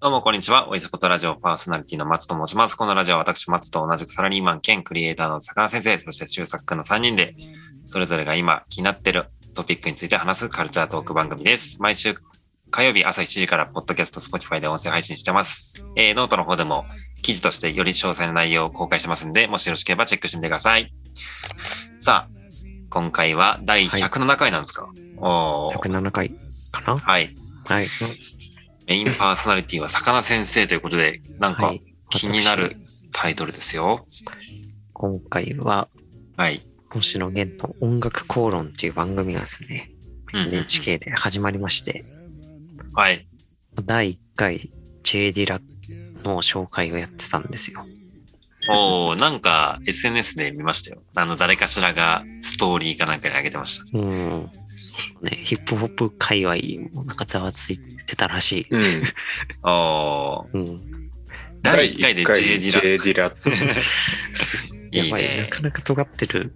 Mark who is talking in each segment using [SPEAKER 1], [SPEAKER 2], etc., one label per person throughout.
[SPEAKER 1] どうも、こんにちは。おいずことラジオパーソナリティの松と申します。このラジオは私、松と同じくサラリーマン兼クリエイターの坂田先生、そして修作くんの3人で、それぞれが今気になっているトピックについて話すカルチャートーク番組です。毎週火曜日朝7時から、ポッドキャスト、Spotify で音声配信してます。えー、ノートの方でも記事としてより詳細な内容を公開してますんで、もしよろしければチェックしてみてください。さあ、今回は第107回なんですか、おー
[SPEAKER 2] 107回かな
[SPEAKER 1] はい。
[SPEAKER 2] はい。
[SPEAKER 1] メインパーソナリティは魚先生ということで、なんか
[SPEAKER 2] はい。
[SPEAKER 1] 気になるタイトルですよ。
[SPEAKER 2] 私今回は、
[SPEAKER 1] はい。
[SPEAKER 2] 星野源の音楽口論という番組がですね、
[SPEAKER 1] うんうんうん
[SPEAKER 2] NHK で始まりまして、
[SPEAKER 1] はい。
[SPEAKER 2] 第1回 J ディラの紹介をやってたんですよ。
[SPEAKER 1] おーなんか SNS で見ましたよ。あの、誰かしらがストーリーかなんかに上げてました。
[SPEAKER 2] うん。ね、ヒップホップ界隈もなんかざわついてたらしい。
[SPEAKER 3] うん。
[SPEAKER 1] おー
[SPEAKER 2] うん。
[SPEAKER 1] 第1回で J ディラ。
[SPEAKER 3] J ディラ。
[SPEAKER 1] いい
[SPEAKER 2] やばい、な
[SPEAKER 1] ね。
[SPEAKER 2] かなか尖ってる。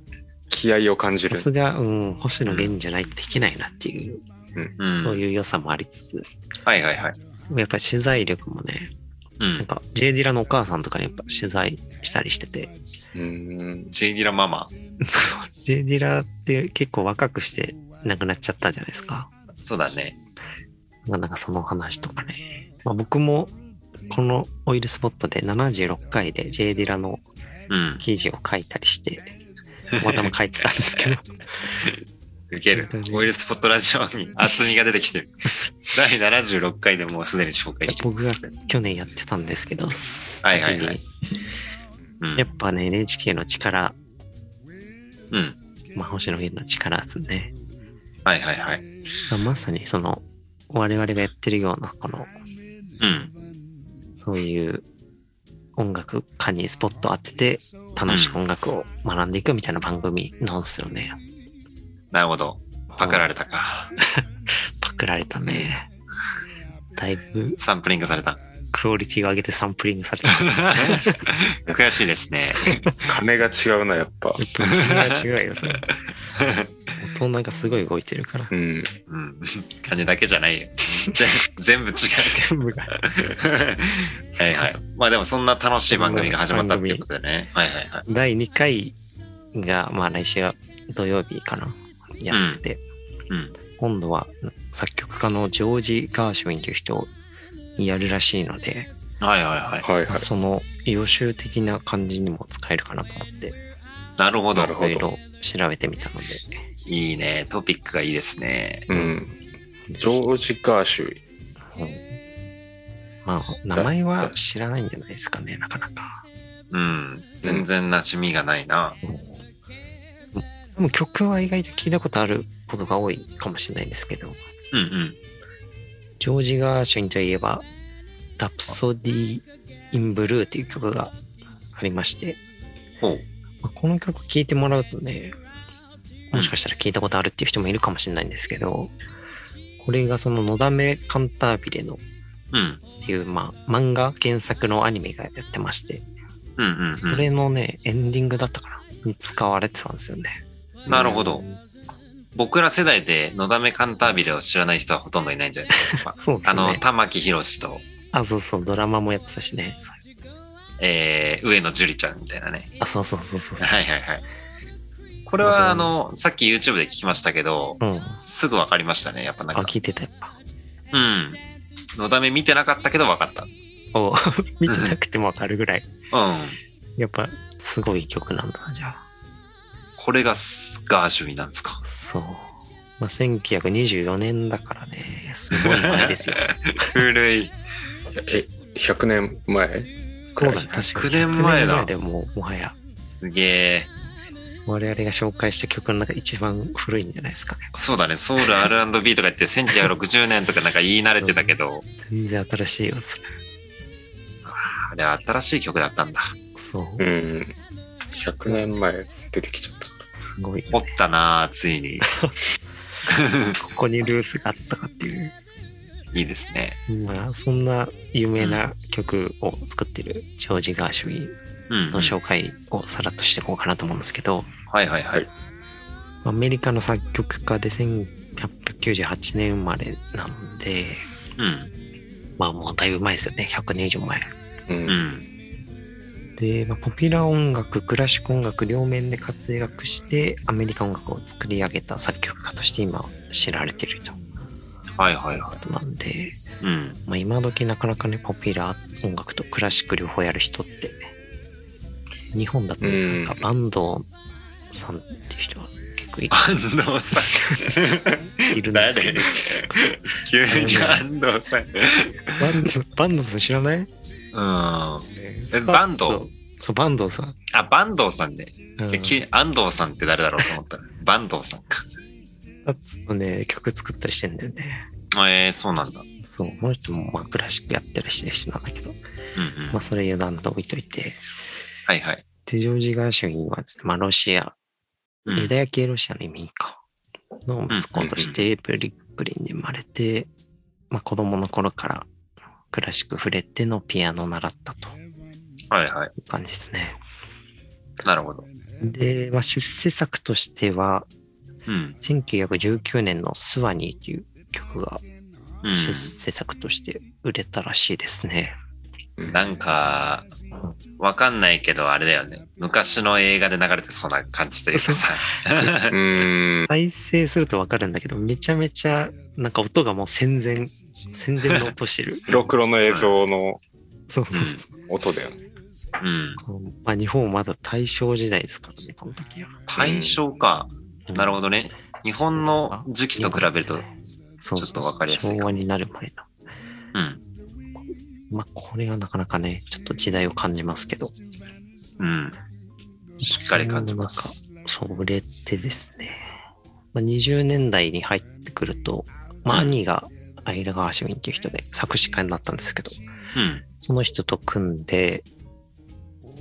[SPEAKER 3] 気合を感じ
[SPEAKER 2] さ
[SPEAKER 3] る。
[SPEAKER 2] すが、うん、星野源じゃないとできないなっていう、
[SPEAKER 1] う。
[SPEAKER 2] そうんいう良さもありつつ、
[SPEAKER 1] はいはいはい。
[SPEAKER 2] やっぱり取材力もね、
[SPEAKER 1] う
[SPEAKER 2] なん
[SPEAKER 1] ん。
[SPEAKER 2] か J ディラのお母さんとかにやっぱ取材したりして て、
[SPEAKER 3] うん。
[SPEAKER 1] J ディラママ。
[SPEAKER 2] ジェディラって結構若くして亡くなっちゃったじゃないですか。
[SPEAKER 1] そうだね。
[SPEAKER 2] まあなんかその話とかね。まあ、僕もこのオイルスポットで76回で J ディラの
[SPEAKER 1] うん。
[SPEAKER 2] 記事を書いたりして、たまたま書いてたんですけ ど、
[SPEAKER 1] ウケる。オイルスポットラジオに厚みが出てきてる。第76回でもうすでに紹介して
[SPEAKER 2] 僕が
[SPEAKER 1] ます。
[SPEAKER 2] 去年やってたんですけど、
[SPEAKER 1] はいはいはい。うん
[SPEAKER 2] やっぱね、NHK の力、
[SPEAKER 1] うん。
[SPEAKER 2] まあ、星野源の力ですね。
[SPEAKER 1] はいはいはい。
[SPEAKER 2] まあまさにその、我々がやってるような、この、
[SPEAKER 1] うん。
[SPEAKER 2] そういう音楽家にスポット当てて楽しく音楽を学んでいくみたいな番組なんですよね。
[SPEAKER 1] なるほど。パクられたか。
[SPEAKER 2] パクられたね。だいぶ
[SPEAKER 1] サンプリングされた。
[SPEAKER 2] クオリティを上げてサンプリン グされた。
[SPEAKER 1] 悔しいですね。
[SPEAKER 3] 金が違うな、やっぱ。
[SPEAKER 2] 違うよ、それ。大人がすごい動いてるから。
[SPEAKER 3] うん。
[SPEAKER 1] うん。金だけじゃないよ。 全部違う。はいはい。まあでもそんな楽しい番組が始まったっていうことでね。はいはいはい。
[SPEAKER 2] 第2回が、まあ来週は土曜日かな。やって、
[SPEAKER 1] うん。
[SPEAKER 2] 今度は作曲家のジョージ・ガーシュウィンという人をやるらしいので、
[SPEAKER 1] はいはいはい。
[SPEAKER 3] はいはい。
[SPEAKER 2] その予習的な感じにも使えるかなと思って、
[SPEAKER 1] なるほど
[SPEAKER 3] な。る
[SPEAKER 2] い
[SPEAKER 3] ほ
[SPEAKER 2] ろいろ調べてみたので、
[SPEAKER 1] いいね。トピックがいいですね。
[SPEAKER 3] うん。ジョージ・ガーシュウィン。
[SPEAKER 2] まあ、名前は知らないんじゃないですかね、なかなか。
[SPEAKER 1] うん。全然馴染みがないな。
[SPEAKER 2] でも曲は意外と聞いたことあることが多いかもしれないですけど、
[SPEAKER 1] うんうん。
[SPEAKER 2] ジョージ・ガーシュインといえば、ラプソディ・イン・ブルーという曲がありまして、
[SPEAKER 1] ほう。
[SPEAKER 2] まあこの曲聴いてもらうとね、もしかしたら聞いたことあるっていう人もいるかもしれないんですけど、これがそののだめカンタービレの
[SPEAKER 1] うん。
[SPEAKER 2] っていう、まあ、漫画原作のアニメがやってまして、
[SPEAKER 1] うんうん
[SPEAKER 2] こ
[SPEAKER 1] うん。
[SPEAKER 2] れのね、エンディングだったかなに使われてたんですよね。。
[SPEAKER 1] なるほど。僕ら世代でのだめカンタービレを知らない人はほとんどいないんじゃないです か
[SPEAKER 2] そうで
[SPEAKER 1] あ
[SPEAKER 2] す
[SPEAKER 1] の、
[SPEAKER 2] ね。
[SPEAKER 1] 玉木宏と、
[SPEAKER 2] あそうそう、ドラマもやってたしね。
[SPEAKER 1] えー、上野樹里ちゃんみたいなね。
[SPEAKER 2] あ、そうそうそうそうそう。
[SPEAKER 1] はいはいはい。これはあの、さっき YouTube で聞きましたけど、
[SPEAKER 2] うん。
[SPEAKER 1] すぐ分かりましたね。やっぱなん
[SPEAKER 2] あ、
[SPEAKER 1] か。
[SPEAKER 2] 聞いてた、やっぱ。
[SPEAKER 1] うん。のだめ見てなかったけど分かった。
[SPEAKER 2] お見てなくてもわかるぐらい。
[SPEAKER 1] うん。
[SPEAKER 2] やっぱ、すごい曲なんだな、じゃあ。
[SPEAKER 1] これがスガーシュウィンなんですか。
[SPEAKER 2] そう。まあ、1924年だからね、すごい 前ですよ。
[SPEAKER 1] 古い。
[SPEAKER 3] え、100年前
[SPEAKER 2] そうだね、確か
[SPEAKER 1] 100
[SPEAKER 2] に。
[SPEAKER 1] 年前だ。
[SPEAKER 2] でもう、もはや、
[SPEAKER 1] すげえ。
[SPEAKER 2] 我々が紹介した曲の中で一番古いんじゃないですかね。
[SPEAKER 1] そうだね。ソウル R&B とか言って1960年とかなんか言い慣れてたけど、
[SPEAKER 2] 全然新しいよ、それ
[SPEAKER 1] あれ新しい曲だったんだ。
[SPEAKER 2] そう。
[SPEAKER 3] うん。100年前出てきちゃった。
[SPEAKER 2] すごい。
[SPEAKER 1] 掘ったなあつい に。
[SPEAKER 2] ここにルースがあったかっていう。
[SPEAKER 1] いいですね。
[SPEAKER 2] まあ、そんな有名な曲を作ってるジョージ・ガーシュウィ
[SPEAKER 1] うん、う
[SPEAKER 2] ン
[SPEAKER 1] ん。
[SPEAKER 2] の
[SPEAKER 1] はい
[SPEAKER 2] 紹介をさらっとしていこうかなと思うんですけど、
[SPEAKER 1] はいはい。
[SPEAKER 2] アメリカの作曲家で1898年生まれなんで、
[SPEAKER 1] うん。
[SPEAKER 2] ままあもうだいぶ前ですよね。100年以上前。
[SPEAKER 1] う
[SPEAKER 3] う。
[SPEAKER 1] んん。
[SPEAKER 2] で、まあ、ポピュラー音楽、クラシック音楽両面で活躍して、アメリカ音楽を作り上げた作曲家として今知られているという
[SPEAKER 1] はいはいは
[SPEAKER 2] ことなんで、
[SPEAKER 1] い。うん。
[SPEAKER 2] まあ、今時なかなかね、ポピュラー音楽とクラシック両方やる人って、日本だとなんか
[SPEAKER 3] うん
[SPEAKER 2] バンドさんっていう人は結構い
[SPEAKER 1] 安藤さん。
[SPEAKER 2] いるんですけ
[SPEAKER 1] 誰
[SPEAKER 2] ど、
[SPEAKER 1] 急に安藤さん。
[SPEAKER 2] バンド、バンドさん知らない
[SPEAKER 1] うん。え
[SPEAKER 2] え
[SPEAKER 1] バンド
[SPEAKER 2] そう、バンドさん。
[SPEAKER 1] あ、坂東さんね。
[SPEAKER 2] うん
[SPEAKER 1] いや急に安藤さんって誰だろうと思ったら。坂東さんか。
[SPEAKER 2] あとね、曲作ったりしてんだよね。
[SPEAKER 1] あえー、そうなんだ。
[SPEAKER 2] そう、この人もまあクラシックやってる人なんだけど、
[SPEAKER 1] うんうん。
[SPEAKER 2] まあそれ余談と置いといて、
[SPEAKER 1] はいはい。
[SPEAKER 2] で、ジョージ・ガーシュウィンはですね、まあロシア、
[SPEAKER 1] うん
[SPEAKER 2] ユダヤ系ロシアの移民か、の息子としてブリックリンに生まれて、まあ子供の頃からクラシック触れてのピアノを習ったとい
[SPEAKER 1] はいはいう
[SPEAKER 2] 感じですね。
[SPEAKER 1] なるほど。
[SPEAKER 2] で、まあ出世作としては、
[SPEAKER 1] うん。
[SPEAKER 2] 1919年のスワニーという曲が
[SPEAKER 1] うん
[SPEAKER 2] 出世作として売れたらしいですね。
[SPEAKER 1] なんか、わかんないけど、あれだよね。昔の映画で流れてそうな感じというかさ。
[SPEAKER 3] うん。。
[SPEAKER 2] 再生するとわかるんだけど、めちゃめちゃ、なんか音がもう戦前、戦前の音してる
[SPEAKER 3] 黒黒の映像の
[SPEAKER 2] そうそうそう。
[SPEAKER 3] 音だよね。
[SPEAKER 1] うん。
[SPEAKER 2] このまあ、日本はまだ大正時代ですからね、この時は。
[SPEAKER 1] 対象か。なるほ
[SPEAKER 2] ど。
[SPEAKER 1] どね。日本の時期と比べると。
[SPEAKER 2] そう
[SPEAKER 1] ちょっとわかりやすいかも
[SPEAKER 2] 昭和になる前の。
[SPEAKER 1] うん。
[SPEAKER 2] まあ、これがなかなかね、ちょっと時代を感じますけど。
[SPEAKER 1] うん。しっかり感じます。
[SPEAKER 2] その中。それってですね、まあ、20年代に入ってくると、まあ、
[SPEAKER 1] うん
[SPEAKER 2] 兄がアイラ・ガーシュウィンっていう人で作詞家になったんですけど、
[SPEAKER 1] うん。
[SPEAKER 2] その人と組んで、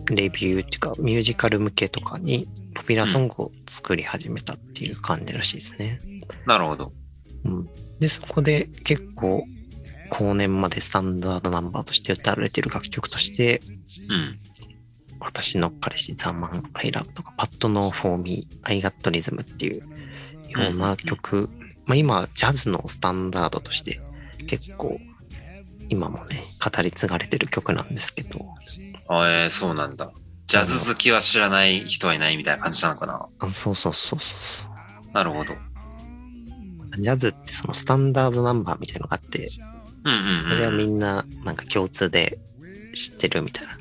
[SPEAKER 2] レビューっていうか、ミュージカル向けとかに、ポピュラーソングを作り始めたっていう感じらしいですね。
[SPEAKER 1] なるほど。
[SPEAKER 2] うん、で、そこで結構、後年までスタンダードナンバーとして歌われてる楽曲として、
[SPEAKER 1] うん。
[SPEAKER 2] 私の彼氏、ザ・マン・アイラブとか、パッド・ノー・フォー・ミー、アイ・ガット・リズムっていうような曲、まあ、今、ジャズのスタンダードとして結構、今もね、語り継がれてる曲なんですけど、
[SPEAKER 1] あえー、そうなんだ。ジャズ好きは知らない人はいないみたいな感じなのかな。
[SPEAKER 2] あそうそうそうそうそ
[SPEAKER 1] なるほど。
[SPEAKER 2] う。ジャズってそのスタンダードナンバーみたいのがあって、
[SPEAKER 1] うんうん、うん。
[SPEAKER 2] それはみんななんか共通で知ってるみたいな。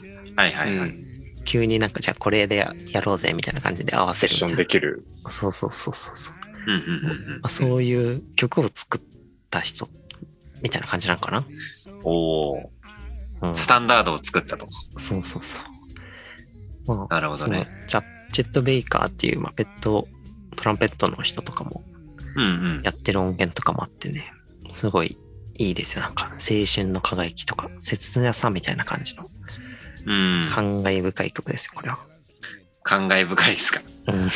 [SPEAKER 1] はいはいは
[SPEAKER 3] う
[SPEAKER 1] い。
[SPEAKER 3] ん
[SPEAKER 2] 急になんかじゃあこれでやろうぜみたいな感じで合わせ
[SPEAKER 3] セ
[SPEAKER 2] る
[SPEAKER 3] ッ
[SPEAKER 2] み
[SPEAKER 3] シ
[SPEAKER 2] た
[SPEAKER 3] ョ
[SPEAKER 2] い
[SPEAKER 3] ン
[SPEAKER 2] な
[SPEAKER 3] で。きる。
[SPEAKER 2] そうそうそうそうそう。
[SPEAKER 1] うんうんうんうん
[SPEAKER 2] まあ、そういう曲を作った人みたいな感じなのかな。
[SPEAKER 1] おお。
[SPEAKER 2] うん、
[SPEAKER 1] ス
[SPEAKER 2] そう
[SPEAKER 1] タンダードを作ったと。
[SPEAKER 2] そうそう。まあ、
[SPEAKER 1] なるほど
[SPEAKER 2] その
[SPEAKER 1] ね。
[SPEAKER 2] ジャジェット・ベイカーっていう、まあ、ペット、トランペットの人とかも
[SPEAKER 1] うんうん。
[SPEAKER 2] やってる音源とかもあってね、すごいいいですよ。なんか青春の輝きとか、切なさみたいな感じの
[SPEAKER 1] うん。
[SPEAKER 2] 感慨深い曲ですよ、これは。
[SPEAKER 1] 感慨深いですか。
[SPEAKER 2] うん、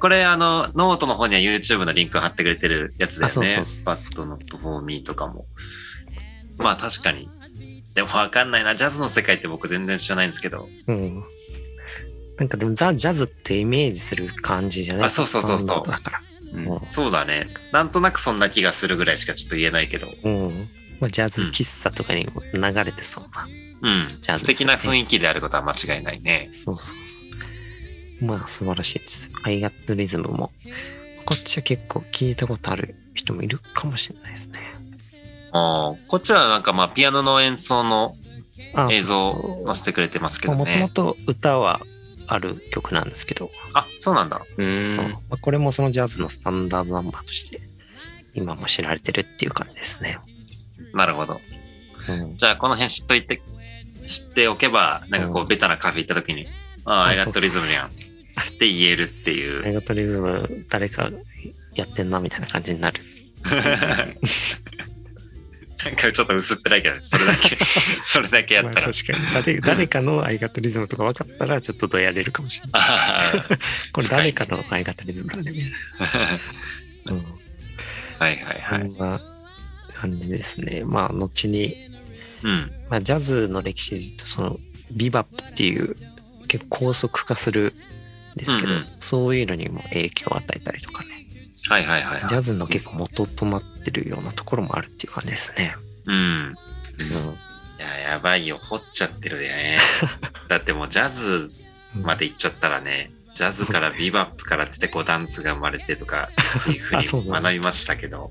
[SPEAKER 1] これあのノートの方には YouTube のリンク貼ってくれてるやつだよね。
[SPEAKER 2] あそうそうそう
[SPEAKER 1] バッドノットフォーミーとかも。まあ確かに。でもわかんないな。ジャズの世界って僕全然知らないんですけど。
[SPEAKER 2] うん。なんかでもザ・ジャズってイメージする感じじゃない
[SPEAKER 1] あそうそうそうそう
[SPEAKER 2] スタンダードだから。
[SPEAKER 3] うん
[SPEAKER 1] そうだね。なんとなくそんな気がするぐらいしかちょっと言えないけど。
[SPEAKER 2] うん。うんまあ、ジャズ喫茶とかにも流れてそうな。
[SPEAKER 1] うん。
[SPEAKER 2] ジャズです
[SPEAKER 1] 素敵
[SPEAKER 2] ね
[SPEAKER 1] な雰囲気であることは間違いないね。
[SPEAKER 2] そうそうそう。まあ素晴らしいです。アイガットリズムも。こっちは結構聞いたことある人もいるかもしれないですね。
[SPEAKER 1] あーこっちはなんかまあピアノの演奏の
[SPEAKER 2] あ
[SPEAKER 1] 映像
[SPEAKER 2] そうそう
[SPEAKER 1] を載せてくれてますけ
[SPEAKER 2] ま
[SPEAKER 1] ど
[SPEAKER 2] あもとも
[SPEAKER 1] ね。
[SPEAKER 2] と歌はある曲なんですけど、
[SPEAKER 1] あ、そうなんだ。
[SPEAKER 3] う
[SPEAKER 2] ま
[SPEAKER 3] ん。
[SPEAKER 2] あ、これもそのジャズのスタンダードナンバーとして今も知られてるっていう感じですね。
[SPEAKER 1] なるほど。
[SPEAKER 2] うん、
[SPEAKER 1] じゃあこの辺知っといて、知っておけば、なんかこ
[SPEAKER 2] う
[SPEAKER 1] うベタなカフェ行った時に、ああ、
[SPEAKER 2] あ
[SPEAKER 1] アイガットリズムやんって言えるってい
[SPEAKER 2] アイ
[SPEAKER 1] う。
[SPEAKER 2] ガットリズム誰かやってんなみたいな感じになる。
[SPEAKER 1] なんかちょっと薄っぺらいけど、それだ け、それだけやったら
[SPEAKER 2] まあ。確かに誰誰かのアイガットリズムとか分かったらちょっとどやれるかもしれない。
[SPEAKER 1] あ
[SPEAKER 2] これ誰かのアイガットリズムだねみたい
[SPEAKER 1] ー
[SPEAKER 2] な。うん
[SPEAKER 1] はいはい
[SPEAKER 2] こ
[SPEAKER 1] は
[SPEAKER 2] ん
[SPEAKER 1] い。
[SPEAKER 2] な感じですね。まあ、後に、
[SPEAKER 1] うん。
[SPEAKER 2] まあ、ジャズの歴史で言うと、その、ビバップっていう、結構高速化するんですけど、
[SPEAKER 1] うんうん
[SPEAKER 2] そういうのにも影響を与えたりとかね、
[SPEAKER 1] はいはいはい
[SPEAKER 2] ジ
[SPEAKER 1] はい。
[SPEAKER 2] ャズの結構元となってるようなところもあるっていう感じですね。
[SPEAKER 1] うん。やばいよ、掘っちゃってる ね。だってもうジャズまで行っちゃったらね、ジャズからビバップからってこうダンスが生まれてとかっていうふう
[SPEAKER 2] あそう
[SPEAKER 1] に
[SPEAKER 2] なんだ
[SPEAKER 1] 学びましたけど。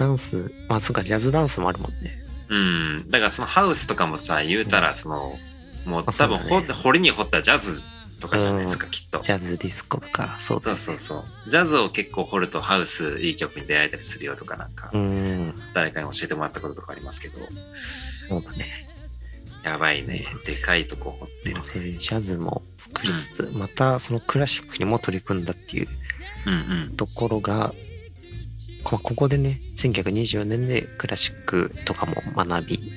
[SPEAKER 2] ダンス、まあそうか、ジャズダンスもあるもんね。
[SPEAKER 1] うん。だからそのハウスとかもさ、言うたらその、もう
[SPEAKER 2] あそ
[SPEAKER 1] 多
[SPEAKER 2] うだ
[SPEAKER 1] 分
[SPEAKER 2] ね
[SPEAKER 1] 掘,、掘りに掘ったらジャズとかじゃないですか、きっと。
[SPEAKER 2] ジャズ、ディスコとか、そうだ
[SPEAKER 1] そ
[SPEAKER 2] よ
[SPEAKER 1] う
[SPEAKER 2] ね
[SPEAKER 1] そうそう。ジャズを結構掘るとハウスいい曲に出会えたりするよとかなんか、
[SPEAKER 2] うん、
[SPEAKER 1] 誰かに教えてもらったこととかありますけど、
[SPEAKER 2] そうだね。
[SPEAKER 1] やばいね
[SPEAKER 2] そうなん。で
[SPEAKER 1] です
[SPEAKER 2] よ
[SPEAKER 1] かいとこ掘って
[SPEAKER 2] で
[SPEAKER 1] る
[SPEAKER 2] も。そういうジャズも作りつつ、またそのクラシックにも取り組んだっていう
[SPEAKER 1] うんうん。
[SPEAKER 2] ところが、こここでね、1924年でクラシックとかも学び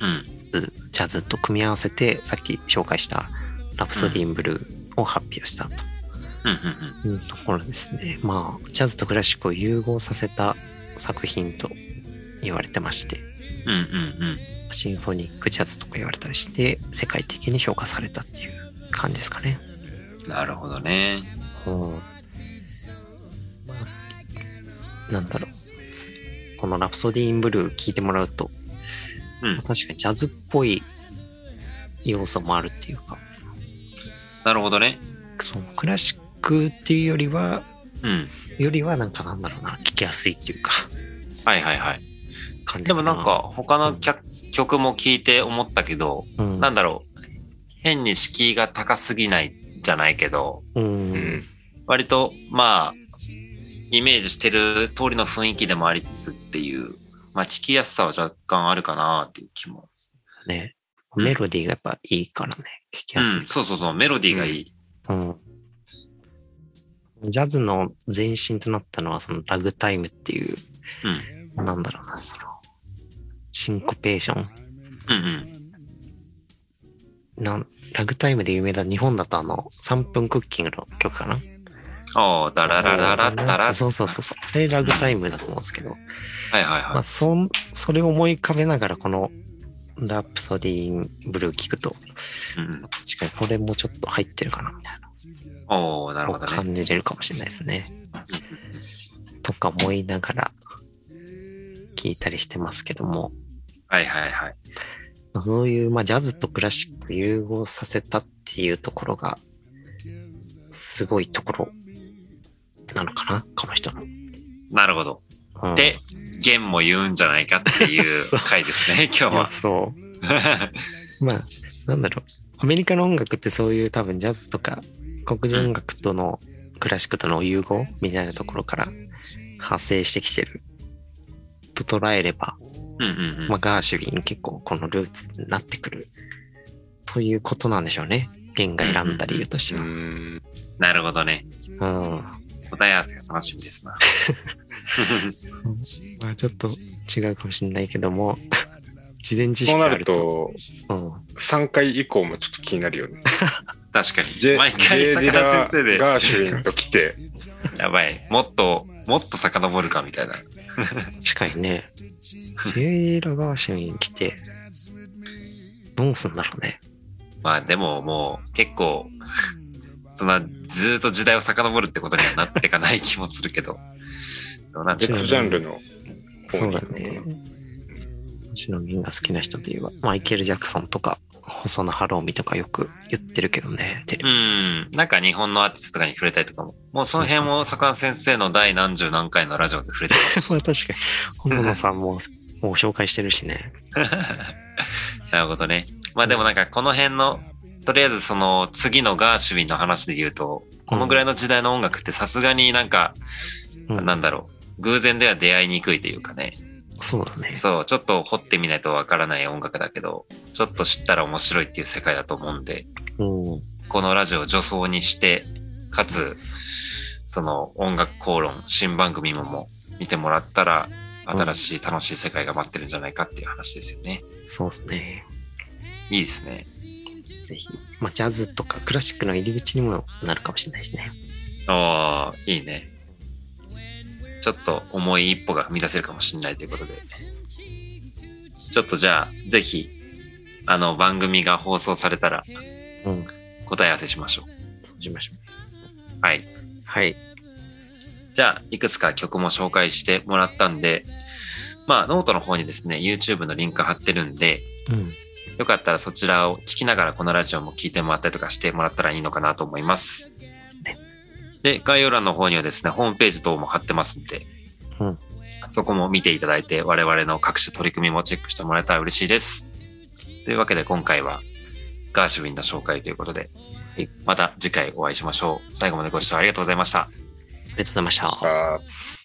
[SPEAKER 1] うん。
[SPEAKER 2] ジャズと組み合わせてさっき紹介した「ラプソディーンブルー」を発表したと
[SPEAKER 1] うんうん
[SPEAKER 2] いうところですね、まあジャズとクラシックを融合させた作品と言われてまして
[SPEAKER 1] うん。うんうんうん。
[SPEAKER 2] シンフォニックジャズとか言われたりして世界的に評価されたっていう感じですかね
[SPEAKER 1] なるほどね。
[SPEAKER 2] うんまあなんだろうこの「ラプソディーンブルー」聞いてもらうと
[SPEAKER 1] うん。
[SPEAKER 2] 確かにジャズっぽい要素もあるっていうか
[SPEAKER 1] なるほどね。
[SPEAKER 2] そのクラシックっていうよりは
[SPEAKER 1] うん。
[SPEAKER 2] よりはなんかなんだろうな聞きやすいっていうか
[SPEAKER 1] はいはいはい。
[SPEAKER 2] 感じ
[SPEAKER 1] で
[SPEAKER 2] か
[SPEAKER 1] もなんか、他の客曲も聴いて思ったけど、
[SPEAKER 2] うん、
[SPEAKER 1] なんだろう。変に敷居が高すぎないじゃないけど、
[SPEAKER 2] うん、
[SPEAKER 3] うん。
[SPEAKER 1] 割とまあイメージしてる通りの雰囲気でもありつつっていうまあ聞きやすさは若干あるかなっていう気も、
[SPEAKER 2] ね
[SPEAKER 1] うん
[SPEAKER 2] メロディーがやっぱいいからね聞き
[SPEAKER 1] う
[SPEAKER 2] やすい
[SPEAKER 1] ん、、そうそうそうメロディーがいい、
[SPEAKER 2] うんジャズの前身となったのはそのラグタイムっていう、なんだろうなそのシンコペーション
[SPEAKER 1] うん、うん
[SPEAKER 2] なんラグタイムで有名だ日本だとあの3分クッキングの曲かな
[SPEAKER 1] おーダララララダラ
[SPEAKER 2] そうそうそうそうあれラグタイムだと思うんですけど
[SPEAKER 1] はいはい
[SPEAKER 2] ま
[SPEAKER 1] は
[SPEAKER 2] あ、そんそれを思い浮かべながらこの「ラプソディーンブルー」聞くと
[SPEAKER 1] い、うん、
[SPEAKER 2] 確かにこれもちょっと入ってるかなみたいな
[SPEAKER 1] おーなるほ
[SPEAKER 2] こう
[SPEAKER 1] どね
[SPEAKER 2] 感じれるかもしれないですね。とか思いながら聞いたりしてますけども
[SPEAKER 1] はいはいはい
[SPEAKER 2] まあそういう、まあ、ジャズとクラシック融合させたっていうところがすごいところなのかなこの人の。
[SPEAKER 1] なるほど
[SPEAKER 2] うん
[SPEAKER 1] でゲンも言うんじゃないかっていう
[SPEAKER 2] そう
[SPEAKER 1] 回です ね今
[SPEAKER 2] い
[SPEAKER 1] 日
[SPEAKER 2] や
[SPEAKER 1] は
[SPEAKER 2] そうまあ、なんだろう。アメリカの音楽ってそういう多分ジャズとか黒人音楽とのクラシックとの融合みたいなところから派生してきてると捉えれば、
[SPEAKER 1] うんうんうん、
[SPEAKER 2] まあ、ガーシュウィン結構このルーツになってくるということなんでしょうね。弦が選んだ理由として
[SPEAKER 3] う
[SPEAKER 2] は。うん
[SPEAKER 3] ん。
[SPEAKER 1] なるほどね
[SPEAKER 2] ま
[SPEAKER 1] 答え合わせが楽しみです な
[SPEAKER 2] あちょっと違うかもしれないけども、 事前知
[SPEAKER 3] そ
[SPEAKER 2] 識
[SPEAKER 3] うな
[SPEAKER 2] があ
[SPEAKER 3] る
[SPEAKER 2] ると。
[SPEAKER 3] と、
[SPEAKER 2] うん、
[SPEAKER 3] 3回以降もちょっと気になるよね。
[SPEAKER 1] 確か
[SPEAKER 3] ジ
[SPEAKER 1] に
[SPEAKER 3] ェ
[SPEAKER 1] 毎回
[SPEAKER 3] ジェディ
[SPEAKER 1] 魚
[SPEAKER 3] ラ
[SPEAKER 1] 先生で
[SPEAKER 3] ガーシュウィンと来て、
[SPEAKER 1] やばい。もっと、もっと遡るかみたいな。
[SPEAKER 2] 確かにね。ジェイラ・ガーシュウィン来て、どうすんだろうね。
[SPEAKER 1] まあでももう結構、そんなずーっと時代を遡るってことにはなってかない気もするけ ど。どうなん でしょう
[SPEAKER 3] 別ジャンルの
[SPEAKER 2] そうだね。星野源が好きな人といえば、マイケル・ジャクソンとか、細野晴臣とかよく言ってるけどね、テレ
[SPEAKER 1] う
[SPEAKER 2] ビ。
[SPEAKER 1] ん。なんか日本のアーティストとかに触れたりとかも。もうその辺も魚先生の第何十何回のラジオで触れてますし
[SPEAKER 2] ま。あ確かに、細野さんも、もう紹介してるしね。
[SPEAKER 1] なるほどね。まあでもなんかこの辺の、とりあえずその次のガーシュウィンの話で言うと、このぐらいの時代の音楽ってさすがになんか、
[SPEAKER 2] うん、
[SPEAKER 1] なんだろう。偶然では出会いにくいというかね。
[SPEAKER 2] そうだね。
[SPEAKER 1] そう、ちょっと掘ってみないとわからない音楽だけど、ちょっと知ったら面白いっていう世界だと思うんで、
[SPEAKER 2] うん。
[SPEAKER 1] このラジオを助走にして、かつ、その音楽口論、新番組もも見てもらったら、新しい楽しい世界が待ってるんじゃないかっていう話ですよね。
[SPEAKER 2] そうですね。
[SPEAKER 1] いいですね。
[SPEAKER 2] ぜひ。まあ、ジャズとかクラシックの入り口にもなるかもしれないしね。
[SPEAKER 1] ああ、いいね。ちょっと重い一歩が踏み出せるかもしれないということで。ちょっとじゃあ、ぜひ、あの番組が放送されたら
[SPEAKER 2] うん。
[SPEAKER 1] 答え合わせしましょ
[SPEAKER 2] そうしましょ
[SPEAKER 1] う。はい。
[SPEAKER 2] う。はい。
[SPEAKER 1] じゃあ、いくつか曲も紹介してもらったんで、まあ、ノートの方にですね、YouTube のリンク貼ってるんで、
[SPEAKER 2] うん。
[SPEAKER 1] よかったらそちらを聞きながらこのラジオも聞いてもらったりとかしてもらったらいいのかなと思います。
[SPEAKER 2] すね
[SPEAKER 1] で、概要欄の方にはですね、ホームページ等も貼ってますんで、
[SPEAKER 2] うん
[SPEAKER 1] そこも見ていただいて、我々の各種取り組みもチェックしてもらえたら嬉しいです。というわけで今回はガーシュウィンの紹介ということで
[SPEAKER 2] はい、
[SPEAKER 1] また次回お会いしましょう。最後までご視聴ありがとうございました。
[SPEAKER 2] ありがとうございました。
[SPEAKER 3] あー